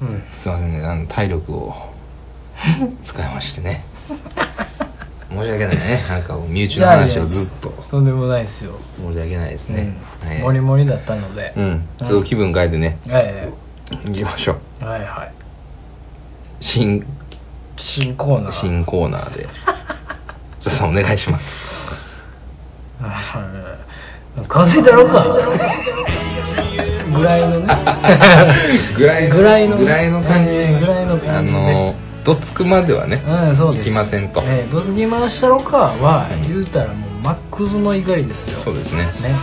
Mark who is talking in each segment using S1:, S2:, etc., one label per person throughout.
S1: うん
S2: すいませんねあの体力 を使いましてね申し訳ないねなんかもう身内の話をずっと
S1: とんでもないですよ、
S2: 申し訳ないです
S1: うん
S2: ね、はい
S1: モリモリだったので、
S2: うんちょっと気分変えてね
S1: え
S2: 行きましょう
S1: えはいはい
S2: 新
S1: 新コーナー
S2: 新コーナーでちょっとお願いします
S1: 風邪だろかぐら いのね
S2: ぐらい
S1: ぐらいの
S2: ぐらいの感じ
S1: うんぐらいの
S2: あ
S1: 感じで
S2: のどつくまではね
S1: うんそう
S2: 行
S1: です
S2: きませんと
S1: ええどつき回したろかは、
S2: うん
S1: 言うたらもうマックスの怒りですよ
S2: そうですね
S1: ね、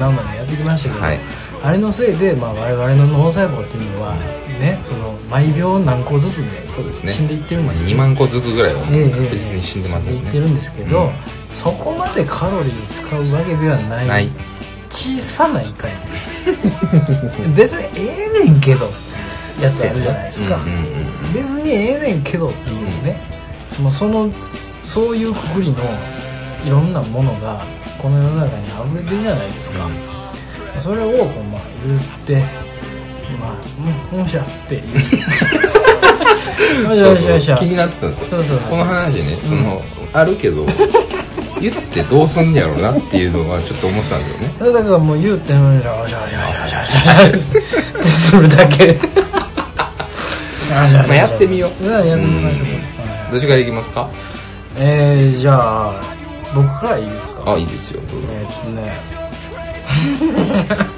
S1: 何度もやってきましたけど、
S2: はい
S1: あれのせいで、まあ、我々の脳細胞っていうのはねその毎秒何個ずつで
S2: そうですね
S1: 死んでいってるんです
S2: 2
S1: よ、
S2: 万個ずつぐらいは
S1: えええ
S2: も
S1: え
S2: う確実に死んでますもん
S1: 死
S2: ね
S1: んでいってるんですけど、
S2: うん
S1: そこまでカロリーを使うわけではない
S2: ない
S1: 小さな怒りです 別にええねんけどやつあるじゃないですか、
S2: うんうんうん
S1: 別にええねんけどっていうね、もうそのそういうくくりのいろんなものがこの世の中に溢れてるじゃないですか、それをこうまあ言ってまあうんうんしゃっ ていうよし
S2: そ
S1: よ
S2: う
S1: しよし
S2: そ
S1: よ
S2: う気
S1: し
S2: になってたんですよ
S1: そうそうそう
S2: この話ねその、あるけど 言ってどうすんねやろうなっていうのはちょっと思ってたんですよ ね
S1: だからもう言うてうんしゃうんしゃうんしゃうんしゃうんしゃってするだけ
S2: まあやってみよう
S1: うんやってみましょう
S2: どっちからいきますか
S1: えー、じゃあ僕からいいですか
S2: あいいですよどうぞ
S1: えーっとね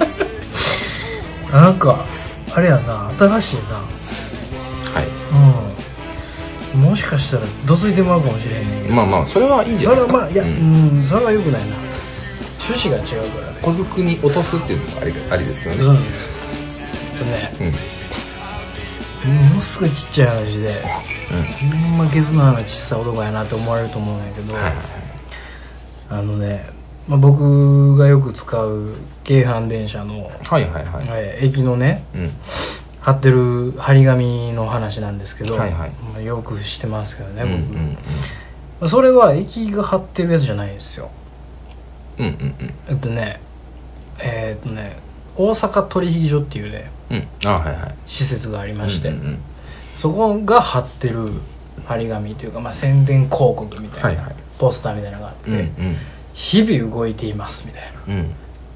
S1: なんかあれやな新しい
S2: はい
S1: なうんもしかしたらどついてもらうかもしれんねんけど
S2: まあまあそれはいいんじ
S1: そ
S2: ゃな
S1: れ
S2: いで
S1: は
S2: すか
S1: まあいやう
S2: うん
S1: ん、それはよくないな趣旨が違うからね
S2: 小づくに落とすっていうのもありありですけど
S1: うん
S2: ね、
S1: えっとね
S2: うん
S1: ものすごいちっちゃい話でほんまゲスの話小さい男やなって思われると思うんやけど、
S2: はいはい
S1: あのね、まあ、僕がよく使う京阪電車の、
S2: はいはいはいはい
S1: えー駅のね
S2: うん
S1: 貼ってる張り紙の話なんですけど、
S2: はいはい
S1: まあよくしてますけどね
S2: うんう
S1: 僕、
S2: ん
S1: まあそれは駅が貼ってるやつじゃないんですよ
S2: うんうんうん
S1: えっとねえーっとね大阪取引所っていうね
S2: うんうんあはいはい
S1: 施設がありまして、
S2: うんうん
S1: そこが貼ってる張り紙というか、まあ、宣伝広告みたいな、
S2: はいはい
S1: ポスターみたいなのがあって、
S2: うんうん
S1: 日々動いていますみたいな
S2: うん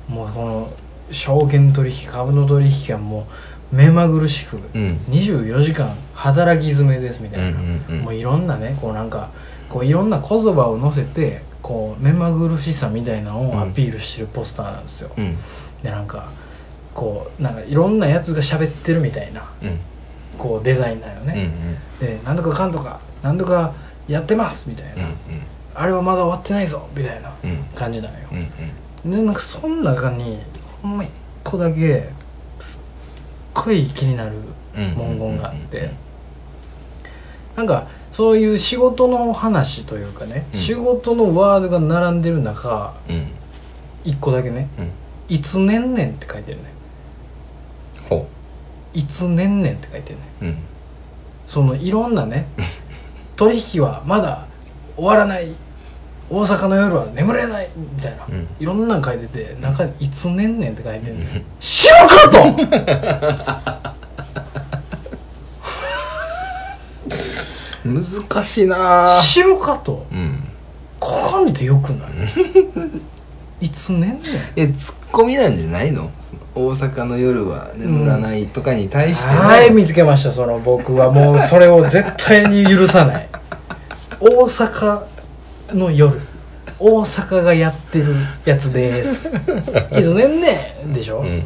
S2: うん
S1: もうこの証券取引株の取引がもう目まぐるしく
S2: うん
S1: 24時間働き詰めですみた
S2: う
S1: いな、
S2: んうん
S1: もういろんなねこうなんかこういろんな言葉を載せてこう目まぐるしさみたいなのをアピールしてるポスターなんですよ、
S2: うん
S1: でなんかこうなんかいろんなやつが喋ってるみたいな
S2: うん
S1: こうデザインだよ
S2: うんうん
S1: ね、でなんとかかんとかなんとかやってますみたい
S2: うん
S1: な、あれはまだ終わってないぞみたいな
S2: うんうん
S1: 感じなんよ
S2: うんうん
S1: でなんかその中にほんま一個だけすっごい気になる文言があって、
S2: うんうんうんうん
S1: なんかそういう仕事の話というかね、
S2: うん
S1: 仕事のワードが並んでる中
S2: うん
S1: 一個だけね
S2: うん
S1: 「いつねんねん」って書いてるね
S2: ほ
S1: 「いつねんねん」って書いてるね
S2: ううん
S1: そのいろんな ね取引はまだ終わらない大阪の夜は眠れないみたいな、
S2: うん
S1: いろんなの書いてて中に「いつねんねん」って書いてるね
S2: うん
S1: 知らんかと
S2: 難しい なぁ
S1: 知るかと
S2: うん
S1: ここにてよくないいつねんねん
S2: えツッコミなんじゃないのその大阪の夜は眠らないとかに対しての
S1: はい見つけましたその僕はもうそれを絶対に許さない大阪の夜大阪がやってるや つですいつねんねんでしょ、
S2: うん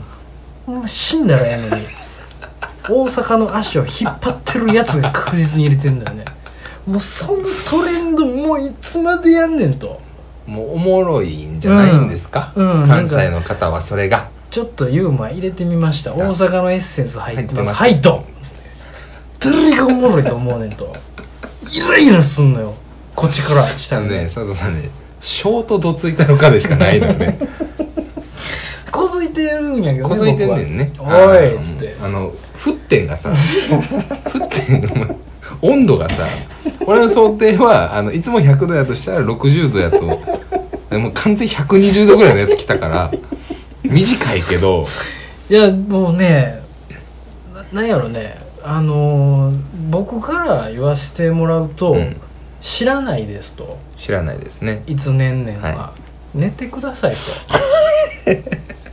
S1: もう死んだらええのに大阪の足を引っ張ってるやつが確実に入れてんだよねもうそのトレンドもういつまでやんねんと
S2: もうおもろいんじゃないんですか、
S1: うんうん
S2: 関西の方はそれが
S1: ちょっとユーマ入れてみました大阪のエッセンス入ってますは
S2: 入
S1: いドン誰がおもろいと思うねんとイライラすんのよこっちからした
S2: あ
S1: ら
S2: のね佐藤さんねショートどついたのかでしかないのよね
S1: こづいてるんやけどね
S2: こづいてんねんね
S1: 僕はおい
S2: あ
S1: っつって
S2: のあの沸点がさ 沸点の温度がさ俺の想定はあのいつも100度やとしたら60度やともう完全に120度ぐらいのやつ来たから短いけど
S1: いやもうねななんやろねあのー僕から言わせてもらうと、
S2: うん
S1: 知らないですと
S2: 知らないですね
S1: いつ年々は、
S2: は
S1: 寝てください と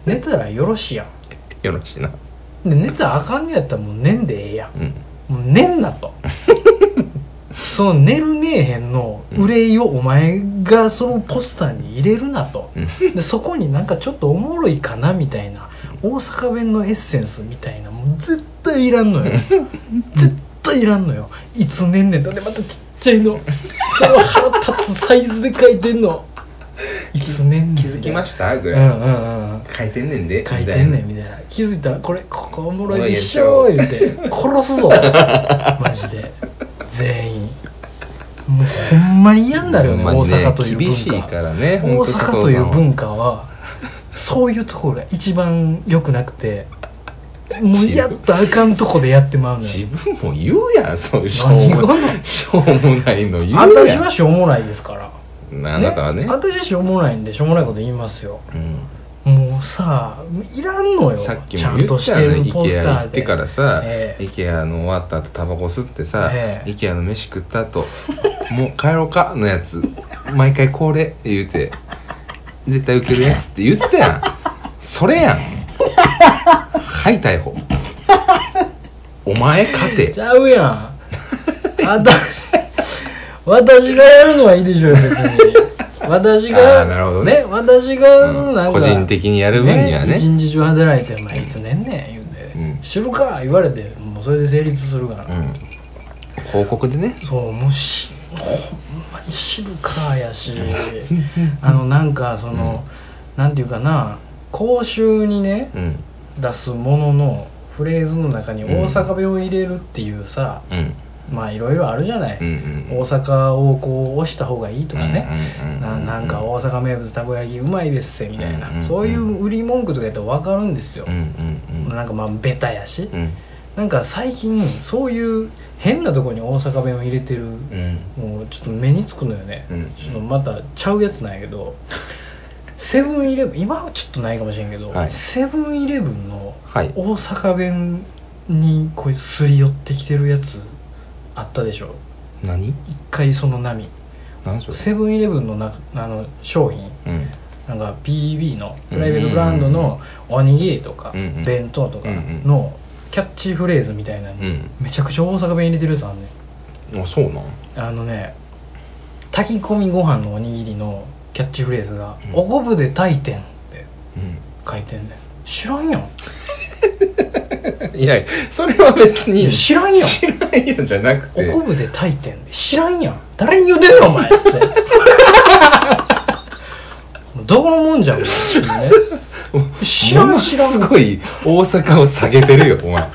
S1: 寝たらよろしいやん
S2: よろしいな
S1: で寝たらあかんねやったらもう寝んでええやん
S2: うん
S1: もう寝んなとその寝るねえへんの憂いをお前がそのポスターに入れるなと、
S2: う
S1: でそこになんかちょっとおもろいかなみたいな大阪弁のエッセンスみたいなもう絶対いらんのよ絶対いらんのよいつねんねんだってまたちっちゃいのその腹立つサイズで書いてんのいつねんねん
S2: 気づきま
S1: し
S2: したぐ
S1: た
S2: ら
S1: う
S2: い、
S1: んうんうん
S2: 書いてんねんで
S1: 書いてんね
S2: み
S1: んみたいな気づいたらこれここおもろ
S2: おもろ
S1: い
S2: いで
S1: でし
S2: し
S1: ょ
S2: ょ
S1: 言うて殺 すぞマジで全員もうほんまに嫌になるよね,、
S2: ほんまにね
S1: 大阪という文
S2: 厳
S1: 化
S2: しいからね
S1: 大阪という
S2: 化
S1: 文化はそういうところが一番良くなくてもうやったらあかんとこでやってまうのよ
S2: 自分も言うやんそういうしょ
S1: 何が
S2: うも
S1: な
S2: しょうもないの言うやん
S1: 私はしょうもないですから
S2: あなたはね
S1: 私はしょうもないんでしょうもないこと言いますよ
S2: うん
S1: もうさいらんのよ
S2: さっき
S1: ちゃ
S2: も
S1: ん
S2: 言
S1: と
S2: っ
S1: したて
S2: よね
S1: る
S2: IKEA
S1: ポスタ
S2: 行
S1: ー
S2: って
S1: で
S2: からさ、
S1: ええ
S2: IKEA の終わった後タバコ吸ってさ、
S1: ええ
S2: IKEA の飯食った後 もう帰ろうかのやつ毎回恒例言うて絶対受けるやつって言ってたやんそれやんはい逮捕お前勝て
S1: ちゃ うやんあた私がやるのはいいでしょうよ別に私
S2: あーなるほ
S1: が
S2: どね
S1: 私がなんか、
S2: 個人的にやる分にはね
S1: 一日中働いて「まあ、いつねんねん」言うて「
S2: うん
S1: 知るか」言われてもうそれで成立するから、
S2: うん広告でね
S1: そうもうしほんまに知るか やしあのなんかその、なんていうかな講習にね
S2: うん
S1: 出すもののフレーズの中に大阪弁を入れるっていうさ、
S2: うん
S1: まあいろいろあるじゃない、
S2: うんうん
S1: 大阪をこう押した方がいいとかね、
S2: うんうんうん
S1: ななんか大阪名物たこ焼きうまいですせみたいな、
S2: うんうんうん
S1: そういう売り文句とかやったら分かるんですよ
S2: う、んうん
S1: なんかまあベタやし、
S2: うん
S1: なんか最近そういう変なとこに大阪弁を入れてる、
S2: うん
S1: もうちょっと目につくのよね、
S2: うん
S1: ちょっとまたちゃうやつなんやけどセブンイレブン今はちょっとないかもしれんけど、
S2: はい
S1: セブンイレブンの
S2: はい
S1: 大阪弁にこうすり寄ってきてるやつあったでしょ
S2: 何
S1: 一回その波
S2: 何それ
S1: セブンイレブンのなあの商品
S2: うん
S1: なんか PB のプライベートブランドのおにぎりとか
S2: うんうん
S1: 弁当とかのキャッチフレーズみたいなの
S2: う
S1: に
S2: ん
S1: めちゃくちゃ大阪弁入れてるやつあんね
S2: あそうなん
S1: んあのね炊き込みご飯のおにぎりのキャッチフレーズが「
S2: うん
S1: おこぶで炊いてん」って
S2: う
S1: 書いてんねん知らんやん
S2: んいやそれは別
S1: い
S2: に
S1: や知らんやん
S2: 知らんやんじゃなく
S1: お
S2: て
S1: こぶで炊いてん知らんやん誰に言うてんのお前っつって もうどこのもんじゃん、ね、知ら
S2: も
S1: ん
S2: の
S1: 知ら
S2: す
S1: ん
S2: ごい大阪を下げてるよ お前もう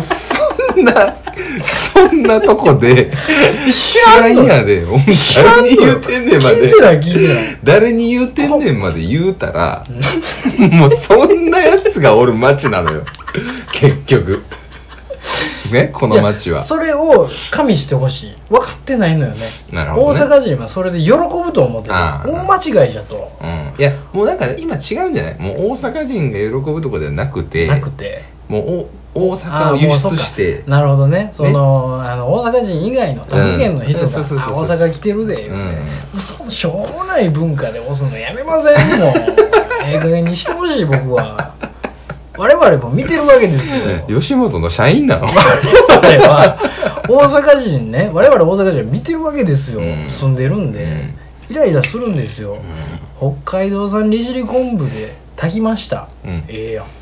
S2: そんなそんなとこで
S1: 知
S2: 知ら
S1: ら
S2: ん
S1: んやん
S2: やでお前
S1: 知ら
S2: 誰
S1: んの
S2: に言うてんねんま
S1: 聞い
S2: で
S1: てない聞いてない
S2: 誰に言うてんねんまで言うたらもうそんなやつがおる町なのよ結局ねこの町
S1: い
S2: は
S1: やそれを加味してほしい分かってないのよね
S2: なるほどね
S1: 大阪人はそれで喜ぶと思ってる
S2: ああ
S1: 大間違いじゃと
S2: うんいやもうなんかね今違うんじゃないもう大阪人が喜ぶとこではなくて
S1: なくて
S2: もうお大阪を輸出して
S1: なるほどねそのあの大阪人以外の他県の人が
S2: う
S1: あ
S2: んそうそうそうそう
S1: 大阪来てるで
S2: うん
S1: そのしょうもない文化で押すのやめませ んもうええ加減にしてほしい僕は我々も見てるわけです よ我々
S2: 吉本の社員なの
S1: は大阪人ね我々大阪人は見てるわけですよ、
S2: うん
S1: 住んでるんで、イライラするんですよ、北海道産利尻昆布で炊きました、
S2: うん
S1: ええやん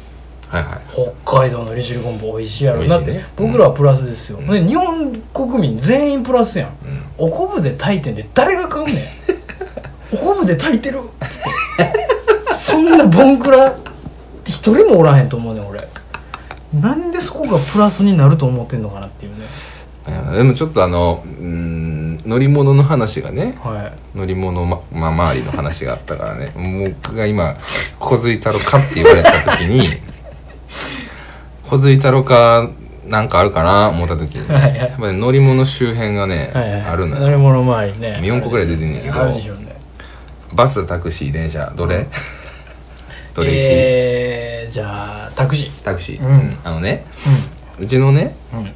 S2: はいはい
S1: 北海道の利尻昆布美味しいやろ
S2: 美味
S1: だ
S2: し
S1: っ
S2: いね
S1: て僕らはプラスですよ、
S2: うん
S1: で日本国民全員プラスやん、
S2: ん
S1: お昆布で炊いてんで誰が買うねん お昆布で炊いてるっつってそんなボンクラ一人もおらへんと思うねん俺なんでそこがプラスになると思ってんのかなっていうね
S2: あでもちょっとあのうーん乗り物の話がね
S1: はい
S2: 乗り物ま、まあ、周りの話があったからねもう僕が今「小杉太郎か?」って言われた時 に「小杉太郎かなんかあるかな?」思った時に、ね
S1: はいはい
S2: やっぱり乗り物周辺がね、
S1: はいはい
S2: あるの
S1: 乗
S2: よ
S1: り物周りね
S2: 4個ぐらい出てんねんけ
S1: あるでし
S2: ど
S1: ょうね
S2: バスタクシー電車どれ、 どれ行く、
S1: えー、じゃあタクシー
S2: タクシー、
S1: うん
S2: あのね、うちのね
S1: うん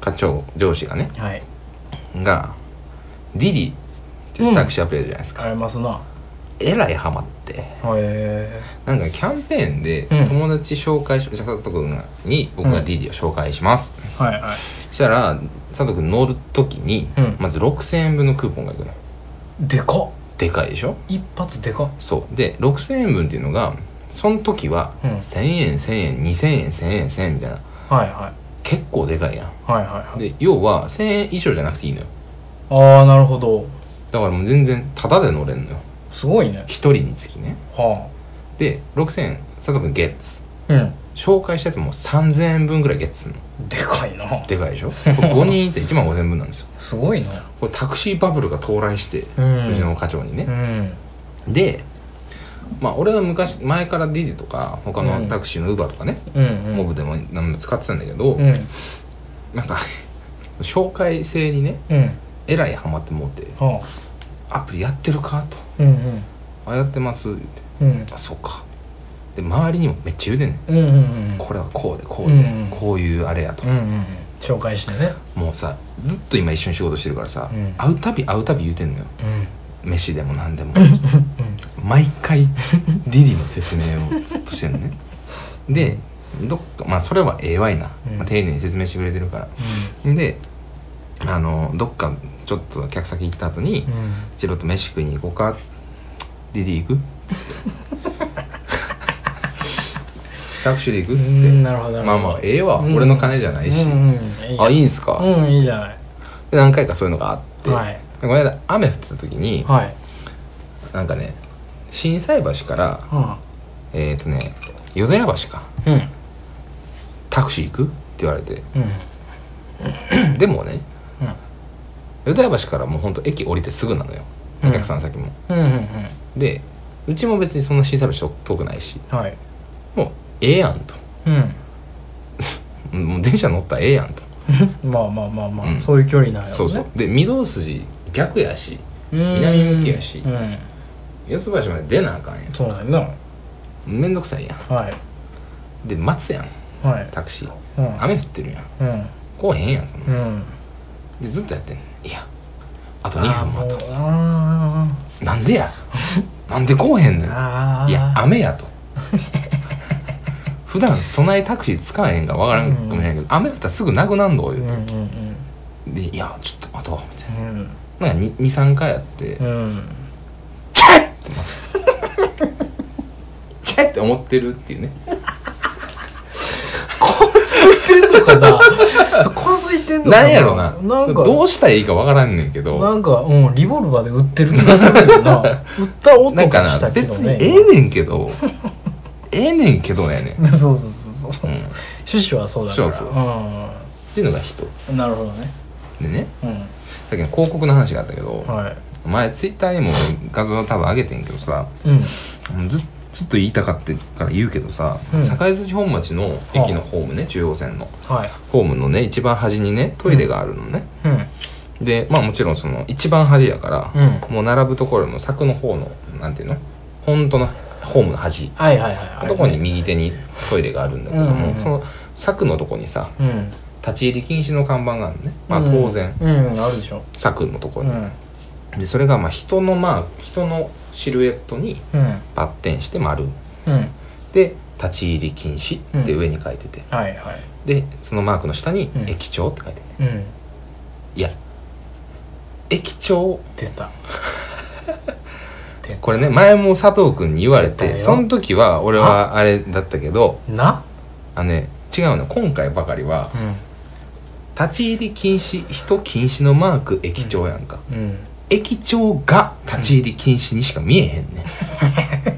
S2: 課長上司がね
S1: はい
S2: がディディっていうタクシーアプリあるじゃないですか、
S1: ありますな
S2: えらいハマって
S1: へ
S2: なんかキャンペーンで
S1: うん
S2: 友達紹介し、佐藤君に僕がディディを紹介します、
S1: えはいはい
S2: そしたら佐藤君乗る時に、
S1: うん
S2: まず6000円分のクーポンがいくの
S1: でかっ
S2: でかいでしょ
S1: 一発でかっ
S2: そうで6000円分っていうのがその時は
S1: うん
S2: 1000円1000円2000円1000円1000円みたいな
S1: はいはい
S2: 結構でかいやん
S1: はいはいはい
S2: で要は1000円以上じゃなくていいのよ
S1: ああなるほど
S2: だからもう全然タダで乗れんのよ
S1: すごいね
S2: 1人につきね
S1: は
S2: で6000円佐藤君ゲッツ
S1: あうん
S2: 紹介したやつも3000円分ぐらいゲッツすんの
S1: でかいな
S2: でかいでし ょこれ5人いて1万5000分なんですよ
S1: すごいな
S2: これタクシーバブルが到来して
S1: う
S2: うち
S1: ん
S2: の課長に
S1: う
S2: ね、
S1: ん
S2: でまあ俺は昔前からディディとか他
S1: う
S2: の
S1: ん
S2: タクシーのウーバーとかね、
S1: うんう
S2: モ
S1: ん
S2: ブでも何でも使ってたんだけど、
S1: うん
S2: なんか紹介制にね
S1: うん
S2: えらいハマってもうて
S1: は
S2: 「アプリやってるか?」と
S1: あうんうん
S2: 「あやってます」って「
S1: うん
S2: あそうか」で周りにもめっちゃ言うてんねん
S1: うんうんうん
S2: これはこうでこうで、
S1: うん
S2: こういうあれやと
S1: うん、うんうん紹介してね
S2: もうさずっと今一緒に仕事してるからさ、
S1: うん
S2: 会うたび会うたび言うてんのよ
S1: うん
S2: 飯でも何でも毎回ディディの説明をずっとしてんのねでどっかまあそれはええわいな、
S1: うん
S2: まあ丁寧に説明してくれてるからであのどっかちょっと客先行った後に
S1: うんうん
S2: 「チロと飯食いに行こうか」「ディディ行く? 」タクシーで行く?」
S1: う
S2: っ
S1: ん
S2: て
S1: なるほどな
S2: 「
S1: る
S2: まあ
S1: ほど
S2: まあええわ、
S1: うん
S2: 俺の金じゃないし、
S1: うんうんいい
S2: あい
S1: い
S2: いんすか?」
S1: うんいいじゃない
S2: で何回かそういうのがあって、
S1: はい
S2: この間雨降ってた時に
S1: はい
S2: なんかね心斎橋から
S1: う
S2: えっ、ー、とね淀屋橋か
S1: んうん
S2: タクシー行くって言われて
S1: うん
S2: でもね
S1: うん
S2: 淀屋橋からもうほんと駅降りてすぐなのよ
S1: うん
S2: お客さん先も、
S1: うんうんうん
S2: でうちも別にそんな心斎橋遠くないし
S1: はい
S2: もうええやんと
S1: う
S2: もう電車乗ったらええやんと、
S1: ん まあまあまあまあ、
S2: うん
S1: そういう距離なんやろね
S2: そうそうで御堂筋逆やし
S1: うん
S2: 南向きやし
S1: うん
S2: 四つ橋まで出なあかんやん
S1: そうなんだは
S2: めんどくさいや
S1: い
S2: んで待つやん
S1: はい
S2: タクシー
S1: うん
S2: 雨降ってるやん
S1: うん
S2: こうへんやんそんな
S1: うん
S2: でずっとやってんねんいやあと2分待と
S1: あ
S2: うなんでやなんでこうへんね
S1: ー
S2: ん
S1: あー
S2: いや雨やと普段備えタクシー使わへんから分からんかもしれんけど、雨降ったらすぐなくなんの
S1: うん
S2: 言
S1: う
S2: うんて、でいやちょっと待とうみたい
S1: うん
S2: ななんか23回やって、
S1: うんうん
S2: チェッってチェッって思ってるっていうね
S1: こすいてんのかな そうこすいてんのかな
S2: なんやろな
S1: なんか
S2: どうしたらいいかわからんねんけど
S1: なんか、うん、リボルバーで売ってる気がするけ どな。売った音
S2: なんか
S1: がした
S2: な
S1: け
S2: 別
S1: ど
S2: に
S1: ね。
S2: ええねんけどええねんけどやねんっ
S1: そうそうそうそう。
S2: う
S1: うん趣旨はそうだから。
S2: そうそう
S1: う
S2: ていうのが一つ
S1: ん。なるほどね。
S2: でね
S1: うん。
S2: さっきの広告の話があったけど、
S1: はい。
S2: 前ツイッターにも画像多分上げてんけどさ
S1: うん。
S2: ずずっと言いたかってから言うけどさ、
S1: うん
S2: 堺筋本町の駅のホームね中央線の
S1: はい。
S2: ホームのね一番端にねトイレがあるのね、
S1: うん。
S2: でまあもちろんその一番端やから、
S1: う
S2: もう並ぶところも柵の方のなんていうの本当のホームの端
S1: はいはいはい。
S2: のとこに右手にトイレがあるんだけど
S1: うんうん
S2: も、
S1: うん
S2: その柵のとこにさ
S1: うん。
S2: 立ち入り禁止の看板があるのね、まあ、
S1: うん
S2: 当然、
S1: うん、あるでしょ。
S2: 柵のとこ
S1: う
S2: に、
S1: ん。
S2: でそれがまあ人のまあ人のシルエットに
S1: うん。
S2: バッテンして丸
S1: うん。
S2: で立ち入り禁止って上に書いてて、
S1: はいはい。
S2: でそのマークの下に
S1: うん
S2: 駅長って書いてて、
S1: うん。
S2: いや駅長
S1: 出た。出た。
S2: これね前も佐藤君に言われ
S1: だ
S2: て
S1: よ
S2: その時は俺はあれだったけど
S1: な
S2: あのね違うの今回ばかりは立ち入り禁止人禁止のマーク駅長やんか、
S1: うん。うん。
S2: 駅長が立ち入り禁止にしか見えへんね、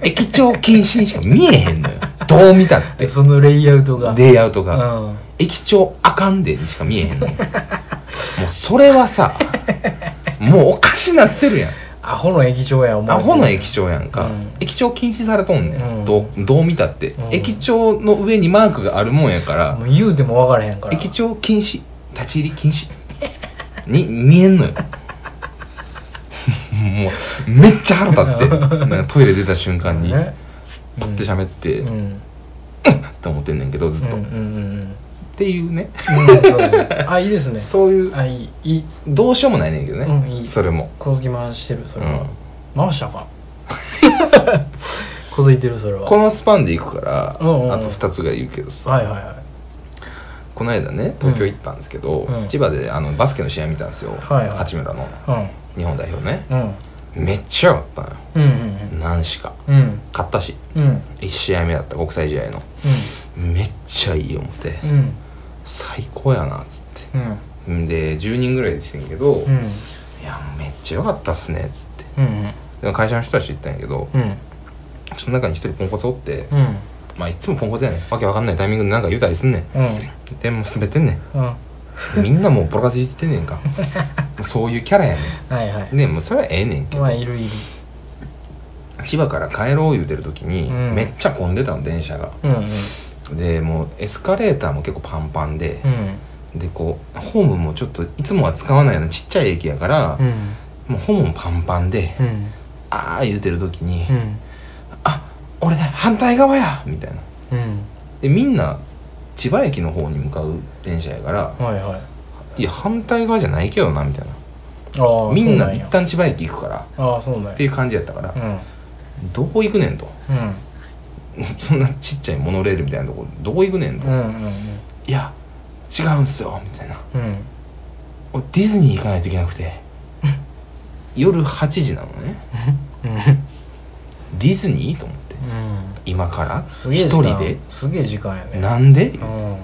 S2: ん、駅長禁止にしか見えへん のよどう見たって
S1: で、そのレイアウトが。
S2: レイアウト
S1: う
S2: が、
S1: ん。
S2: 駅長あかんでにしか見えへんのよもうそれは さもうおかしなってるやん
S1: アホの液晶や、お前。
S2: アホな駅長やんか、
S1: うん
S2: 駅長禁止されとんねん、
S1: うん
S2: どうどう見たって、
S1: うん
S2: 駅長の上にマークがあるもんやから、
S1: もう言うても分からへんから。
S2: 駅長禁止立ち入り禁止に見えんのよ もうめっちゃ腹立ってなんかトイレ出た瞬間に
S1: ね。
S2: パッて喋って、
S1: うん。
S2: って思ってんねんけどずっと、
S1: うんうんうん
S2: っていうね
S1: うんそうですあいいですね
S2: そういう
S1: あいいいい
S2: どうしようもないねんけどね、
S1: うんいい
S2: それも、
S1: 小突き回してるそうれは
S2: ん、、
S1: 回したか 小突いてるそれは
S2: このスパンでいくから、
S1: うんうんうん
S2: あと2つが言うけどさ
S1: はいはいは
S2: この間ね東京行ったんですけど、
S1: うんうん
S2: 千葉であのバスケの試合見たんですよ、
S1: はいはい
S2: 八村の
S1: い
S2: 日本代表ね
S1: うんうん
S2: めっちゃ良かったのよ
S1: うん
S2: 何しか
S1: うんうん
S2: 勝ったし
S1: うん
S2: 1試合目だった国際試合のめっちゃいい思って、
S1: うんうん
S2: 最高やなっつって
S1: うん
S2: んで10人ぐらいで来てんけど、
S1: う
S2: い
S1: ん
S2: やめっちゃ良かったっすねっつって
S1: うん
S2: でも会社の人たち言ったんやけど
S1: うん
S2: その中に一人ポンコツおって、
S1: うん
S2: まあいつもポンコツやねんわけわかんないタイミングでなんか言うたりすんねん
S1: うん
S2: でもう滑ってんねん
S1: うん
S2: でみんなもうボロカスいじってんねん かもうそういうキャラやね
S1: はいはい
S2: んねもうそれはええねんけど
S1: まあいるいる
S2: 千葉から帰ろう言うてる時に、
S1: うん
S2: めっちゃ混んでたの電車が
S1: うんうん
S2: でもうエスカレーターも結構パンパンで
S1: う、ん
S2: でこうホームもちょっといつもは使わないようなちっちゃい駅やから
S1: う、ん
S2: もうホームもパンパンで、
S1: うん
S2: ああ言うてる時に、
S1: うん
S2: あ俺ね反対側やみたいな
S1: うん
S2: でみんな千葉駅の方に向かう電車やから
S1: はいはい
S2: いや反対側じゃないけどなみたいな
S1: ああ
S2: みん
S1: そ
S2: な
S1: う
S2: 一
S1: や
S2: 旦千葉駅行くから
S1: ああそうなんや
S2: っていう感じやったから、
S1: うん
S2: どこ行くねんと
S1: うん
S2: そんなちっちゃいモノレールみたいなとこどこ行くねんと、
S1: う
S2: い
S1: んうん
S2: や違うんすよみたいな
S1: うんうん
S2: 俺ディズニー行かないといけなくて夜8時なのねディズニーと思って
S1: うん
S2: 今から
S1: す
S2: 一
S1: げえ時間
S2: 人です
S1: げえ時間やね
S2: なんで
S1: うん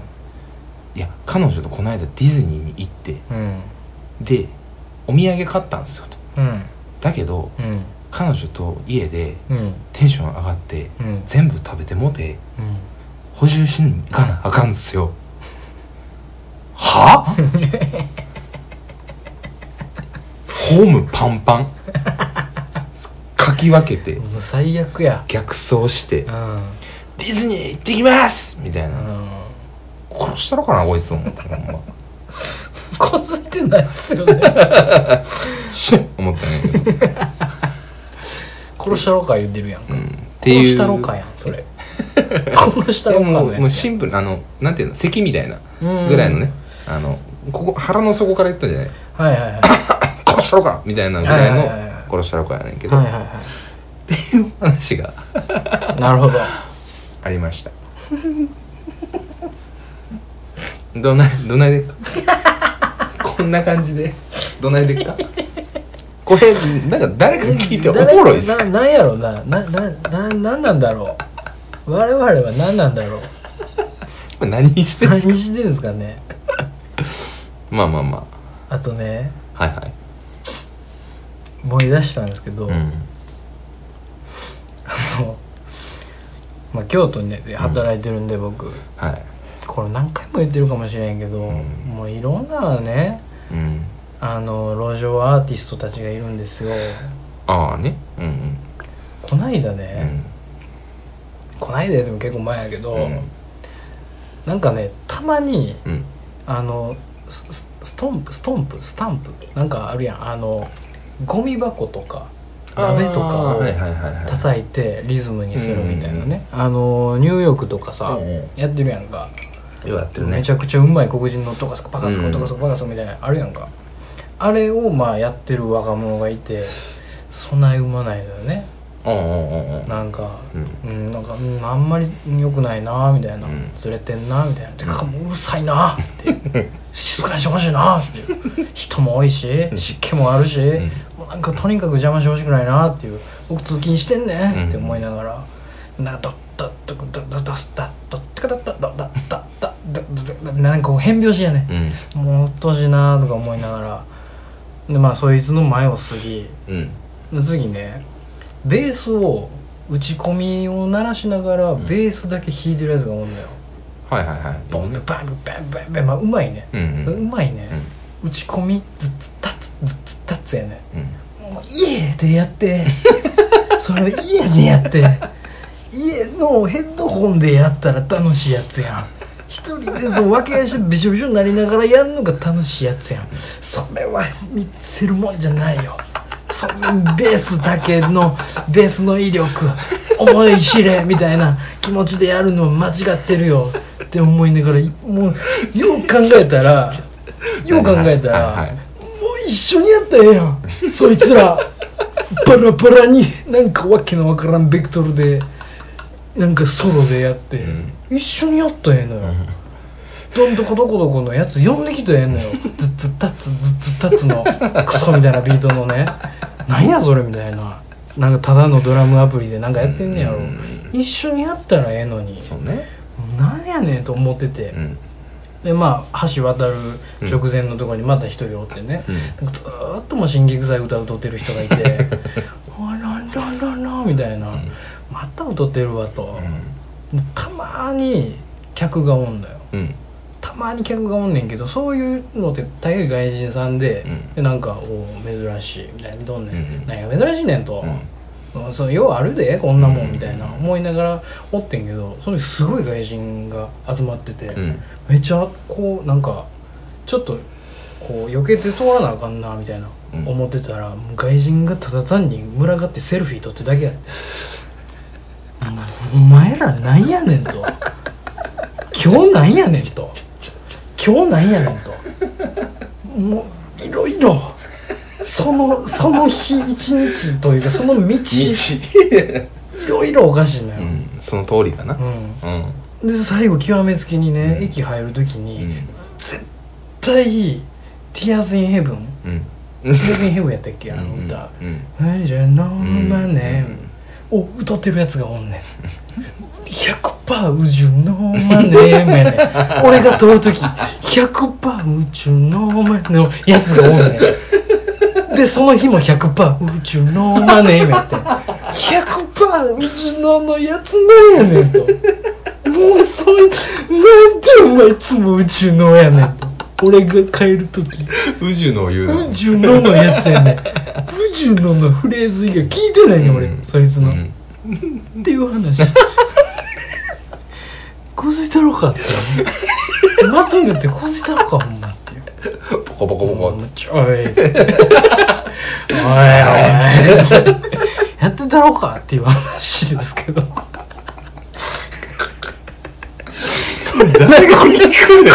S2: いや彼女とこの間ディズニーに行って
S1: うん
S2: でお土産買ったんですよと
S1: うん
S2: だけど
S1: うん
S2: 彼女と家で
S1: うん
S2: テンション上がって
S1: うん
S2: 全部食べてもて
S1: うん
S2: 補充しに行かなあかんっすよ はあホームパンパンかき分けて
S1: もう最悪や
S2: 逆走して
S1: うん
S2: 「ディズニー行ってきます!」みたいうなん殺したのかなこいつ思ったほんま
S1: こついてないっすよね
S2: 死ね思ったねん けど、
S1: 殺したろか言ってるやん
S2: うん、っていう
S1: 殺したろかやん それ殺したろか
S2: いやも
S1: の
S2: う
S1: や
S2: もう
S1: つ
S2: シンプルあのなんていうの咳みたいな
S1: うん
S2: ぐらいのね、あのここ腹の底から言ったんじゃない
S1: はいはいはい
S2: 殺したろかみたいなぐらい
S1: はいはいはいはい
S2: の殺したろかやねんけど、
S1: はい
S2: っ
S1: は
S2: ていう話が
S1: い はいなるほど
S2: ありました どないどないでっか こんな感じでどないでっかこれなんか誰か聞いておもろいっす
S1: な
S2: か
S1: なんやろなななななんなんだろう我々は何なんだろう
S2: これ何してん
S1: 何
S2: すか
S1: してんですかね
S2: まあまあま
S1: あとね
S2: あはいはい
S1: 思い出したんですけど、
S2: うん
S1: あのまあ、京都に、ね、で働いてるんで、僕
S2: はい
S1: これ何回も言ってるかもしれんけど、
S2: ん
S1: もういろんなね
S2: うん
S1: あの路上アーティストたちがいるんですよ
S2: ああねうんうん
S1: こないだ
S2: う
S1: ね、
S2: ん
S1: こないだでも結構前やけど、
S2: うん
S1: なんかねたまに
S2: うん
S1: あのススストンプストンプスタンプなんかあるやんあのゴミ箱とか鍋とか
S2: あー
S1: を
S2: はいはいはいはい
S1: 叩いてリズムにするみたいなね、あのニューヨークとかさ、
S2: うんうん
S1: やってるやんか
S2: ようやってるね
S1: めちゃくちゃうまい黒人のとかそこパカそ
S2: うん
S1: ことかそこパカそこみたいなあるやんかあれをまあやってる若者がいてそない生まないのよね
S2: うんうんうんうん
S1: なんか
S2: うん
S1: うんなんかうんあんまり良くないなみたいな
S2: うん
S1: ずれてんなみたいなてかもううるさいなって静かにしてほしいなって人も多いし湿気もあるし
S2: ん
S1: もうなんかとにかく邪魔してほしくないなっていう僕通勤してんねんって思いながらなんかドッドッドッドッドッドッドッドッドッドッドッドッドッドッドッドッなんかこう変拍子やねん
S2: うん
S1: もううっとうしいなとか思いながらでまあそいつの前を過ぎ
S2: うん
S1: で次ねベースを打ち込みを鳴らしながらベースだけ弾いてるやつがおんのよ、
S2: はいはいはい
S1: ボンバンバンバンバンバンまあうまいね、
S2: う
S1: うん
S2: うん
S1: まいね、打ち込みずっつたつずっつたつやね
S2: うん
S1: もう家でやって それ家でやって家のヘッドホンでやったら楽しいやつやん一人でその分け合いしてびしょびしょになりながらやんのが楽しいやつやんそれは見せるもんじゃないよそのベースだけのベースの威力思い知れみたいな気持ちでやるのは間違ってるよって思いながらいもうよう考えたらよう考えたら、
S2: はいはい
S1: もう一緒にやったらええやんそいつらバラバラになんかわけのわからんベクトルでなんかソロでやって、一緒にやったらええのよ、どんどこどこどこのやつ呼んできたらええのよずっつったつずっつったつのクソみたいなビートのねなんやそれみたいななんかただのドラムアプリでなんかやってんねやろ、
S2: うん
S1: 一緒にやったらええのに
S2: そうね
S1: なんやねんと思ってて、
S2: うん
S1: でまあ橋渡る直前のところにまた一人おってね、なんかずーっともう神器臭い歌歌ってる人がい て「おいランランランラン」みたいな、また歌ってるわと、でたまに客がおんだよ
S2: うんうん
S1: たまに客がおんねんけどそういうのって大概外人さんで,、
S2: うん
S1: でなんか「おー珍しい」みたいな「どんねん、
S2: うんうん
S1: なんや珍しいねん」と。
S2: うん
S1: うんそのようあるでこんなもんみたいな
S2: うん
S1: 思いながらおってんけどそれすごい外人が集まってて、
S2: うん
S1: めっちゃこうなんかちょっとこう避けて通らなあかんなみたいな
S2: うん
S1: 思ってたら、もう外人がただ単に群がってセルフィー撮ってるだけやってお前らなんやねんと今日なんやねんと今日なんやねんともういろいろそのその日一日というかその道いろいろおかしいのよ、
S2: うんその通りだな
S1: うん
S2: うん
S1: で最後極めつきにね、
S2: うん
S1: 駅入る時
S2: う
S1: に、
S2: ん
S1: 絶対「Tears in Heaven」
S2: うん
S1: 「Tears in Heaven」やったっけあの歌
S2: うん
S1: 「I don't know
S2: う
S1: my
S2: ん
S1: name」を歌ってるやつがおんねん100%宇宙のマネーや ねん俺が通る時100%宇宙のマネーのやつがおんねんでその日も100%宇宙のマネーやってん100%宇宙ののやつなんやねんともうそれなんでお前いつも宇宙のやねんと俺が帰る時
S2: 宇宙の言うな
S1: 宇宙ののやつやねん宇宙ののフレーズ以外聞いてないの俺、
S2: うん
S1: そいつの、
S2: うん
S1: っていう話こじたろかってまとめてこじたろかほんまっていう
S2: ポコポコポコって
S1: ちょいおいおいやってたろかっていう話ですけど
S2: 誰がこれ聞くの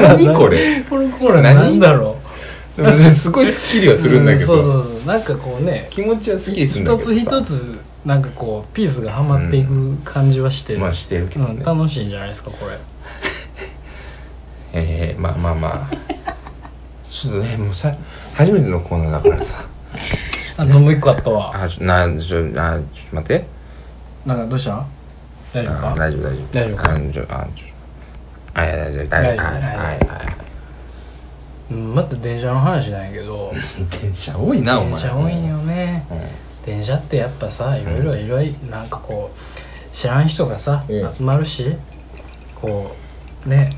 S2: 何これ
S1: これこれ何だろ
S2: でもすごいスッキリは
S1: う
S2: するんだけ
S1: うそ
S2: ど
S1: うそうそうなんかこうね
S2: 気持ちはスッキリするんだ
S1: 一
S2: けど
S1: つ一つなんかこうピースがはまっていく感じはしてる、
S2: まあしてるけ
S1: う
S2: ど
S1: ん、
S2: ね
S1: 楽しいんじゃないですかこれ
S2: ええまあまあまあちょっとねもうさ初めてのコーナーだからさ
S1: あともう一個あったわ
S2: あちょなちょあちょっと待って
S1: なんかどうした大丈夫
S2: あ
S1: か
S2: 大丈夫大丈夫
S1: 大丈夫か
S2: あちょあちょあいや大丈夫大丈夫
S1: 大丈夫
S2: はいはいは
S1: うん、また電車の話なんやけど
S2: い電車多いなお前
S1: 電車多いんよね
S2: うん
S1: 電車ってやっぱさいろいろいろいろなんかこう知らん人がさ、
S2: うん
S1: 集まるしこうね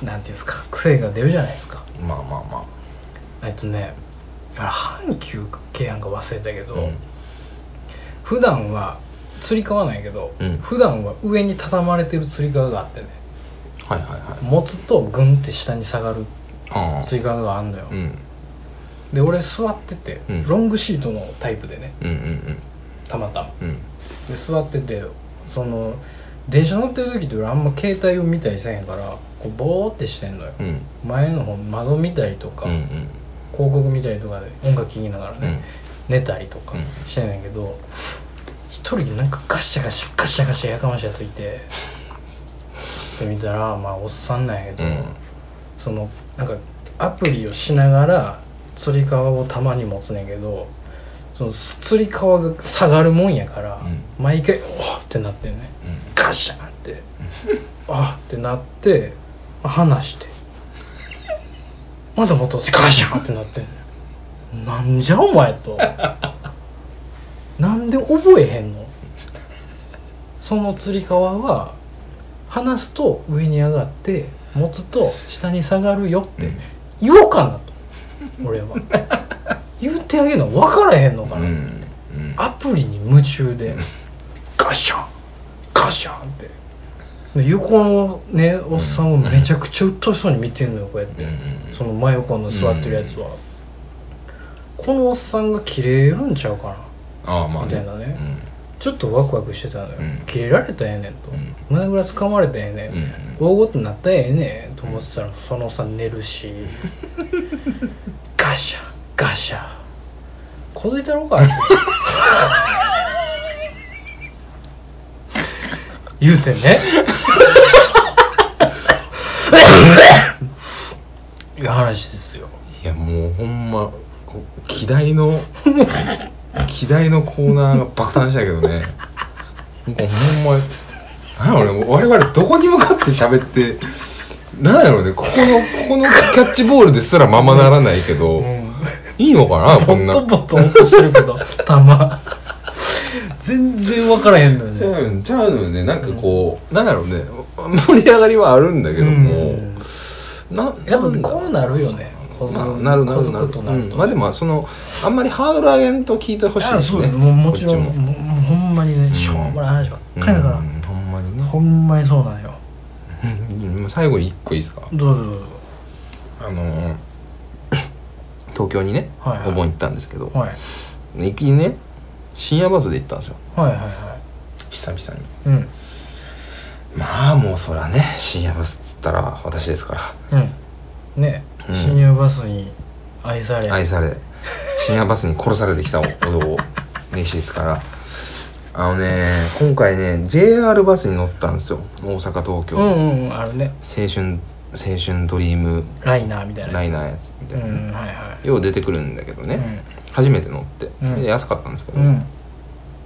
S1: なんていうんですか癖が出るじゃないですか
S2: まあまあま
S1: あいつねあれ阪急系やんか忘れたけど、
S2: あうん
S1: 普段はつり革なんやけど、
S2: うん
S1: 普段は上に畳まれてるつり革があってね
S2: はいはいはい
S1: 持つとグンって下に下がる
S2: あ
S1: つり革があんのよ、
S2: あうん
S1: で俺座ってて、
S2: うん
S1: ロングシートのタイプでね
S2: うんうん
S1: たまたま
S2: うんうん
S1: で座っててその電車乗ってる時って俺あんま携帯を見たりせえへんからこうボーってしてんのよ
S2: うんうん
S1: 前の方窓見たりとか、
S2: うん
S1: 広告見たりとかで音楽聴きながら
S2: うん
S1: ね、寝たりとか
S2: うん
S1: してんねんけど、一人でなんかガシャガシャガシャガシャやかましいやついてって見たらまあおっさんなんやけど、
S2: うん
S1: そのなんかアプリをしながらつり革をたまに持つねんけどそのつり革が下がるもんやから、
S2: う
S1: 毎回「おっ!」ってなってねガシャンって「あっ!」ってなって離してまだ元ガシャンってなってんねんなんじゃお前となんで覚えへんのそのつり革は離すと上に上がって持つと下に下がるよって言おうかなと俺は言ってあげるの分からへんのか
S2: うん
S1: な、
S2: うん
S1: アプリに夢中でガシャンガシャンってで横のねおっさんをめちゃくちゃ鬱陶しそうに見てんのよこうやって
S2: うん
S1: その真横の座ってるやつは、このおっさんが切れるんちゃうか
S2: ああま
S1: な
S2: あ
S1: みたいなね
S2: うん
S1: ちょっとワクワクしてたのよ、
S2: うん
S1: 切れられたらええねんと、胸ぐらつかまれたらええねん、
S2: うん
S1: 大ごとになったらええねんと思ってたら、そのさ寝るしガシャガシャこどいたろうか言うてねいう話ですよ
S2: いやもうほんまこう希代の 希代のコーナーが爆誕したけどねなんかほんまなんやろね我々どこに向かって喋ってなんやろねここのここのキャッチボールですらままならないけど、いいのかな
S1: ポ
S2: こん
S1: ッ
S2: な
S1: トポット落としてるけどま全然分からへんのよ
S2: ちゃ
S1: ね
S2: うのちゃうのよねなんかこう、なんやろね盛り上がりはあるんだけども、
S1: うん
S2: なな
S1: やっぱ
S2: んだ
S1: こうなるよね小
S2: まあ、
S1: 僧
S2: なるな
S1: 小
S2: るな
S1: 僧
S2: る
S1: となる
S2: う
S1: と
S2: んまあでもまあそのあんまりハードル上げんと聞いてほしい
S1: あ
S2: です
S1: そう
S2: ね
S1: やもうもちろん
S2: こっ
S1: もうもうほんまにねしょうもない話ばっ
S2: ちも
S1: かりだか
S2: う
S1: ら
S2: んほんまにね
S1: ほんまにそうなんよ
S2: うん最後一個いいですか
S1: どうぞどうぞ
S2: あのー東京にね、
S1: はいはい
S2: お盆行ったんですけど、
S1: はい
S2: 行きにね深夜バスで行ったんですよ
S1: はいはいは
S2: 久々に
S1: いうん
S2: まあもうそらね深夜バスっつったら私ですから
S1: うんね
S2: うん
S1: 深夜バスに愛され
S2: 愛され深夜バスに殺されてきた男歴史ですからあのね今回ね JR バスに乗ったんですよ大阪東京、
S1: う
S2: 青
S1: んうんうんあるね
S2: 春青春ドリーム
S1: ライナーみたいな
S2: ライ
S1: ナ
S2: ナーやつみた
S1: う
S2: いな、
S1: んはいは
S2: よう出てくるんだけど
S1: い
S2: ね、初めて乗って、
S1: うん
S2: で安かったんですけど、
S1: うん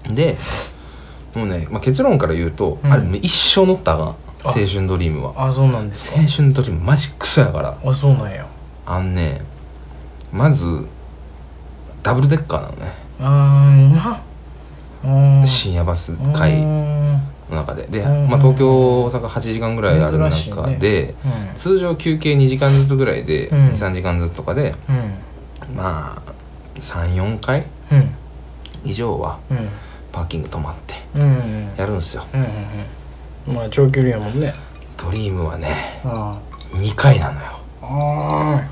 S1: うん
S2: でもうね、まあ、結論から言うと、
S1: うん
S2: あれもう一生乗ったが
S1: あ
S2: 青春ドリームは
S1: あそうなんですか
S2: 青春ドリームマジクソやから
S1: あそうなんや
S2: あのねまずダブルデッカーなのね
S1: あーなうん
S2: 深夜バス会
S1: う
S2: の
S1: ん
S2: 中でで、
S1: うん
S2: まあ、東京大阪8時間ぐらいある
S1: 珍しい
S2: 中
S1: ね
S2: で、通常休憩2時間ずつぐらいで、
S1: うん
S2: 23時間ずつとかで
S1: うん
S2: まあ34回
S1: うん
S2: 以上は
S1: うん
S2: パーキング止まって
S1: うんうん
S2: やるんですよ
S1: うんうんうんまあ長距離やもんね
S2: ドリームはね
S1: あ
S2: 2回なのよ
S1: あ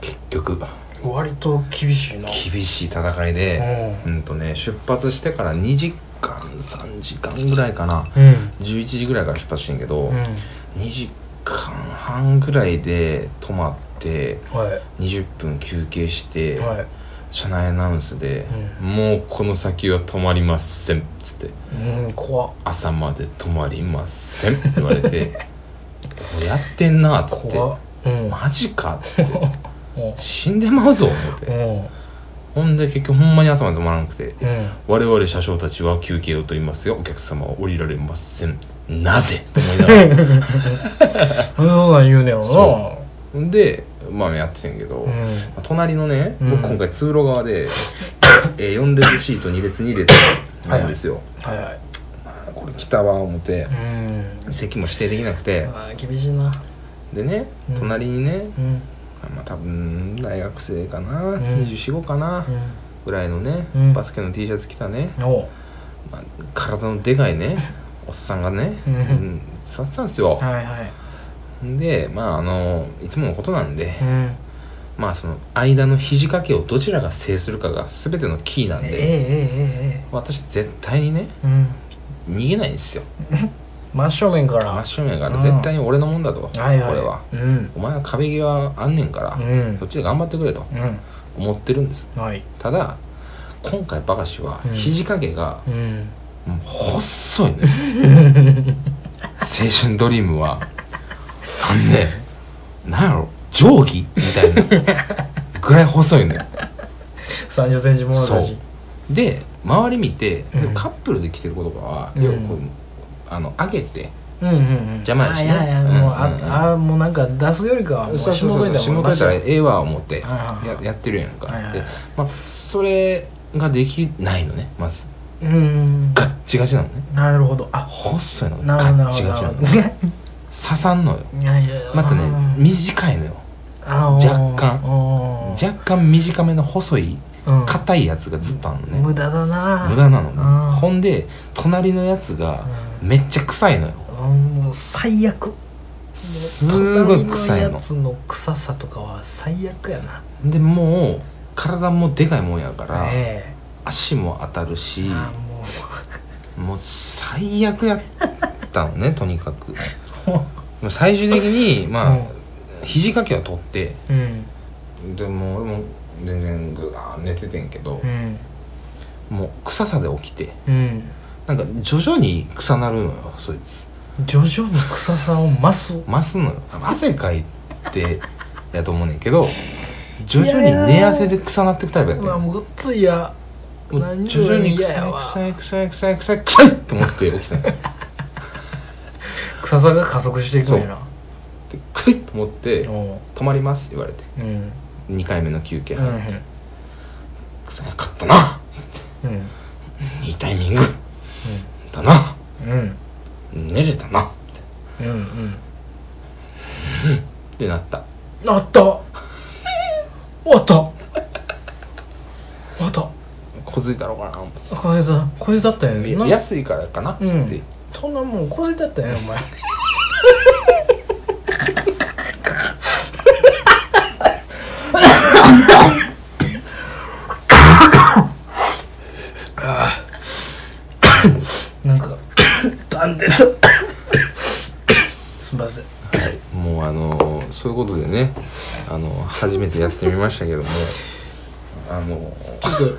S2: 結局
S1: 割と厳しいな
S2: 厳しい戦いでうんとね出発してから2時間3時間ぐらいかな
S1: うん
S2: 11時ぐらいから出発してんけど、
S1: うん
S2: 2時間半ぐらいで止まって
S1: は
S2: 20分休憩して、
S1: いは
S2: 車内アナウンスで、もうこの先は止まりません」っつって
S1: いうん怖っ
S2: 「朝まで止まりません」って言われ て「こうやってんな」っつって
S1: 怖っうん
S2: 「マジ か」っつって
S1: うん
S2: 「死んでまうぞ」思って
S1: うん
S2: ほんで結局ほんまに朝まで止まらなくて
S1: うん
S2: 「我々車掌たちは休憩を取りますよお客様は降りられませんなぜ?」と思いながら
S1: そういうなん言うねやろ
S2: そでまあやってんけど、
S1: なうん
S2: 隣のね、
S1: うん
S2: 僕今回通路側で、 えー、4列シート2列2列なんですよ、
S1: はいはい
S2: これ来たわ思って
S1: うん
S2: 席も指定できなくて
S1: あー厳しいな
S2: でね
S1: うん
S2: 隣にね、
S1: うん
S2: まあ、多分大学生かな、
S1: ん
S2: 245かな
S1: う
S2: ぐらいのね、
S1: うん
S2: バスケの T シャツ着たね、
S1: んおう
S2: まあ、体のでかいねおっさんがね、
S1: うん
S2: うん座ってたんですよ
S1: はいはい
S2: でまああのいつものことなんで、
S1: うん
S2: まあその間の肘掛けをどちらが制するかが全てのキーなん
S1: えええ
S2: で、
S1: ええ
S2: 私絶対にね
S1: えうん
S2: 逃げないんですよ
S1: 真正面から
S2: 真正面やか
S1: う
S2: ら
S1: ん
S2: 絶対に俺のもんだと、これ
S1: はいはい
S2: は
S1: うん
S2: お前は壁際あんねんから、
S1: うん
S2: そっちで頑張ってくれと
S1: う
S2: 思ってるんです
S1: んはい
S2: ただ今回バカシは
S1: うん
S2: 肘掛けが
S1: うん
S2: もう細いね青春ドリームはあんねなんやろ定規みたいなぐらい細いのよ
S1: 30センチものだし
S2: で周り見て、でも
S1: うん
S2: カップルで来てる子とかは、
S1: うん
S2: 要はこうあの上げて
S1: うんうんうん
S2: 邪魔やしね
S1: あいやいやも
S2: うん
S1: う
S2: うんうん
S1: ああもうなんか出すよりかはもう
S2: そうそうそう仕事
S1: 下
S2: や
S1: とい
S2: った
S1: た
S2: ら
S1: ら
S2: ええわ思って
S1: はいはいは
S2: ややってるやんか、
S1: はいはい
S2: でまあ、それができないのねまず
S1: うんうん
S2: ガッチガチなのね
S1: なるほどあ
S2: 細いの
S1: な
S2: ガ
S1: るほどな
S2: ッ
S1: るほ
S2: チ
S1: ど
S2: ガチ
S1: な
S2: な
S1: る
S2: の
S1: ほ
S2: 刺
S1: ど
S2: さんのよ
S1: いやいや
S2: またね短いのよ
S1: あー
S2: 若干
S1: おー
S2: 若干短めの細い
S1: うん
S2: 硬いやつがずっとあるのね
S1: 無駄だな
S2: 無駄な
S1: あ
S2: の
S1: ー
S2: ねほんで隣のやつがめっちゃ臭いのよ
S1: うんもう最悪
S2: すごい臭い
S1: 隣のや
S2: の
S1: つの臭さとかは最悪やな
S2: でもう体もでかいもんやから、
S1: え
S2: 足も当たるし
S1: ああも
S2: もう最悪やったの ねとにかくもう最終的にまあ
S1: も
S2: 肘掛けを取って
S1: ううん
S2: でもう俺も全然ぐがー寝ててんけど
S1: う、ん
S2: もう臭さで起きて
S1: うん
S2: なんか徐々に臭なるのよそいつ
S1: 徐々に臭さを増す
S2: 増すのよ多分汗かいてやと思うねんけど徐々に寝汗で臭なってくタイプやって
S1: うんわもうごっついや
S2: もう徐々に
S1: 何より嫌
S2: 臭
S1: や
S2: い
S1: わ
S2: 臭い臭い臭い臭い臭いと思って起きたのよ
S1: 臭さが加速していくんやな
S2: で臭いと思って
S1: おう
S2: 「止まります」って言われて
S1: うん
S2: 2回目の休憩
S1: うんう
S2: 入って
S1: ん
S2: 臭かったなつって
S1: うん
S2: いいタイミングだな
S1: うん
S2: 寝れたなっ
S1: うんうん
S2: てなった
S1: あった終わった終わった
S2: 小づいたのかな思って
S1: あ小銭だ小銭だったよねな
S2: 安いからかなって、
S1: うんそんなもん小銭だったよねお前あーなんかなんでしょすみません
S2: もうあのそういうことでねあの初めてやってみましたけどもあの
S1: ちょっと、ちょっと、ちょ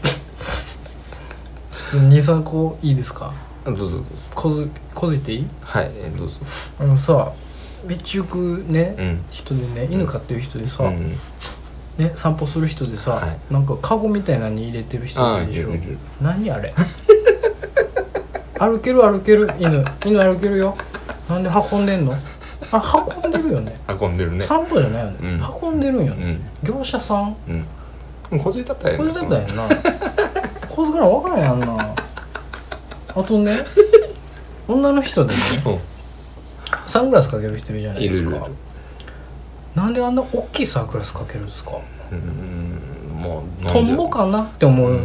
S1: っと2、3個いいですか
S2: どうぞどうぞ
S1: こず、こずいていい
S2: はいえどうぞ
S1: あのさ、道行くね、
S2: うん
S1: 人でね、犬飼ってる人でさ、
S2: うん
S1: ね、散歩する人でさ、
S2: は
S1: なんかカゴみたいなのに入れてる人いるでしょ
S2: あーいるいる
S1: 何あれ歩ける歩ける犬犬歩けるよなんで運んでんのあ運んでるよね
S2: 運んでるね
S1: 散歩じゃないよね、
S2: う
S1: 運んでるんよ
S2: う
S1: ね、
S2: ん
S1: 業者さん
S2: うんでも小づいたったらええ
S1: これ
S2: な
S1: だったよなこいつから分からんやんなあとね女の人でね
S2: その
S1: サングラスかける人いるじゃ
S2: う
S1: なんい
S2: い
S1: で
S2: るい
S1: す
S2: るい
S1: か
S2: る
S1: なんであんな大きいサングラスかけるんですか
S2: うんもう飲んでる
S1: トンボかなって思う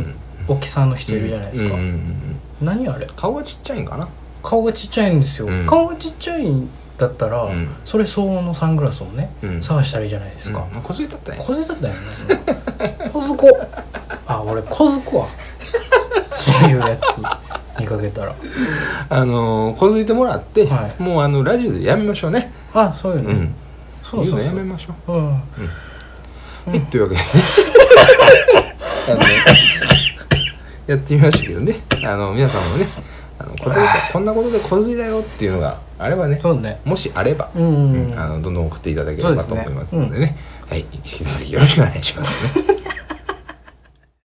S1: 大きさの人いるじゃないですか、
S2: うんうんうんうん
S1: 何あれ
S2: 顔がちっちゃいんかな
S1: 顔がちっちゃいんですよ、
S2: うん
S1: 顔がちっちゃいんだったら、
S2: うん
S1: それ相応のサングラスをね、
S2: うん
S1: 探したらいいじゃないで
S2: う
S1: す
S2: ん
S1: か、
S2: もう小づいたったらえ
S1: 小銭だったよね小ずこあ俺小ずこはそういうやつ見かけたら
S2: え あの小づいてもらって
S1: は
S2: もうあのラジオでやめましょうね
S1: あそういう
S2: う
S1: の、
S2: ん
S1: そう
S2: 言
S1: そうそ
S2: のやめ
S1: う
S2: ましょう
S1: うん
S2: はい、というわけでねあ のやってみましたけどねあの皆さんもねあの小銭だこんなことで小銭だよっていうのがあればね
S1: そうね
S2: もしあれば、
S1: うんうんうん
S2: あのどんどん送っていただければと
S1: そうですね
S2: 思いますのでねはい引き続きよろしくお願いしますね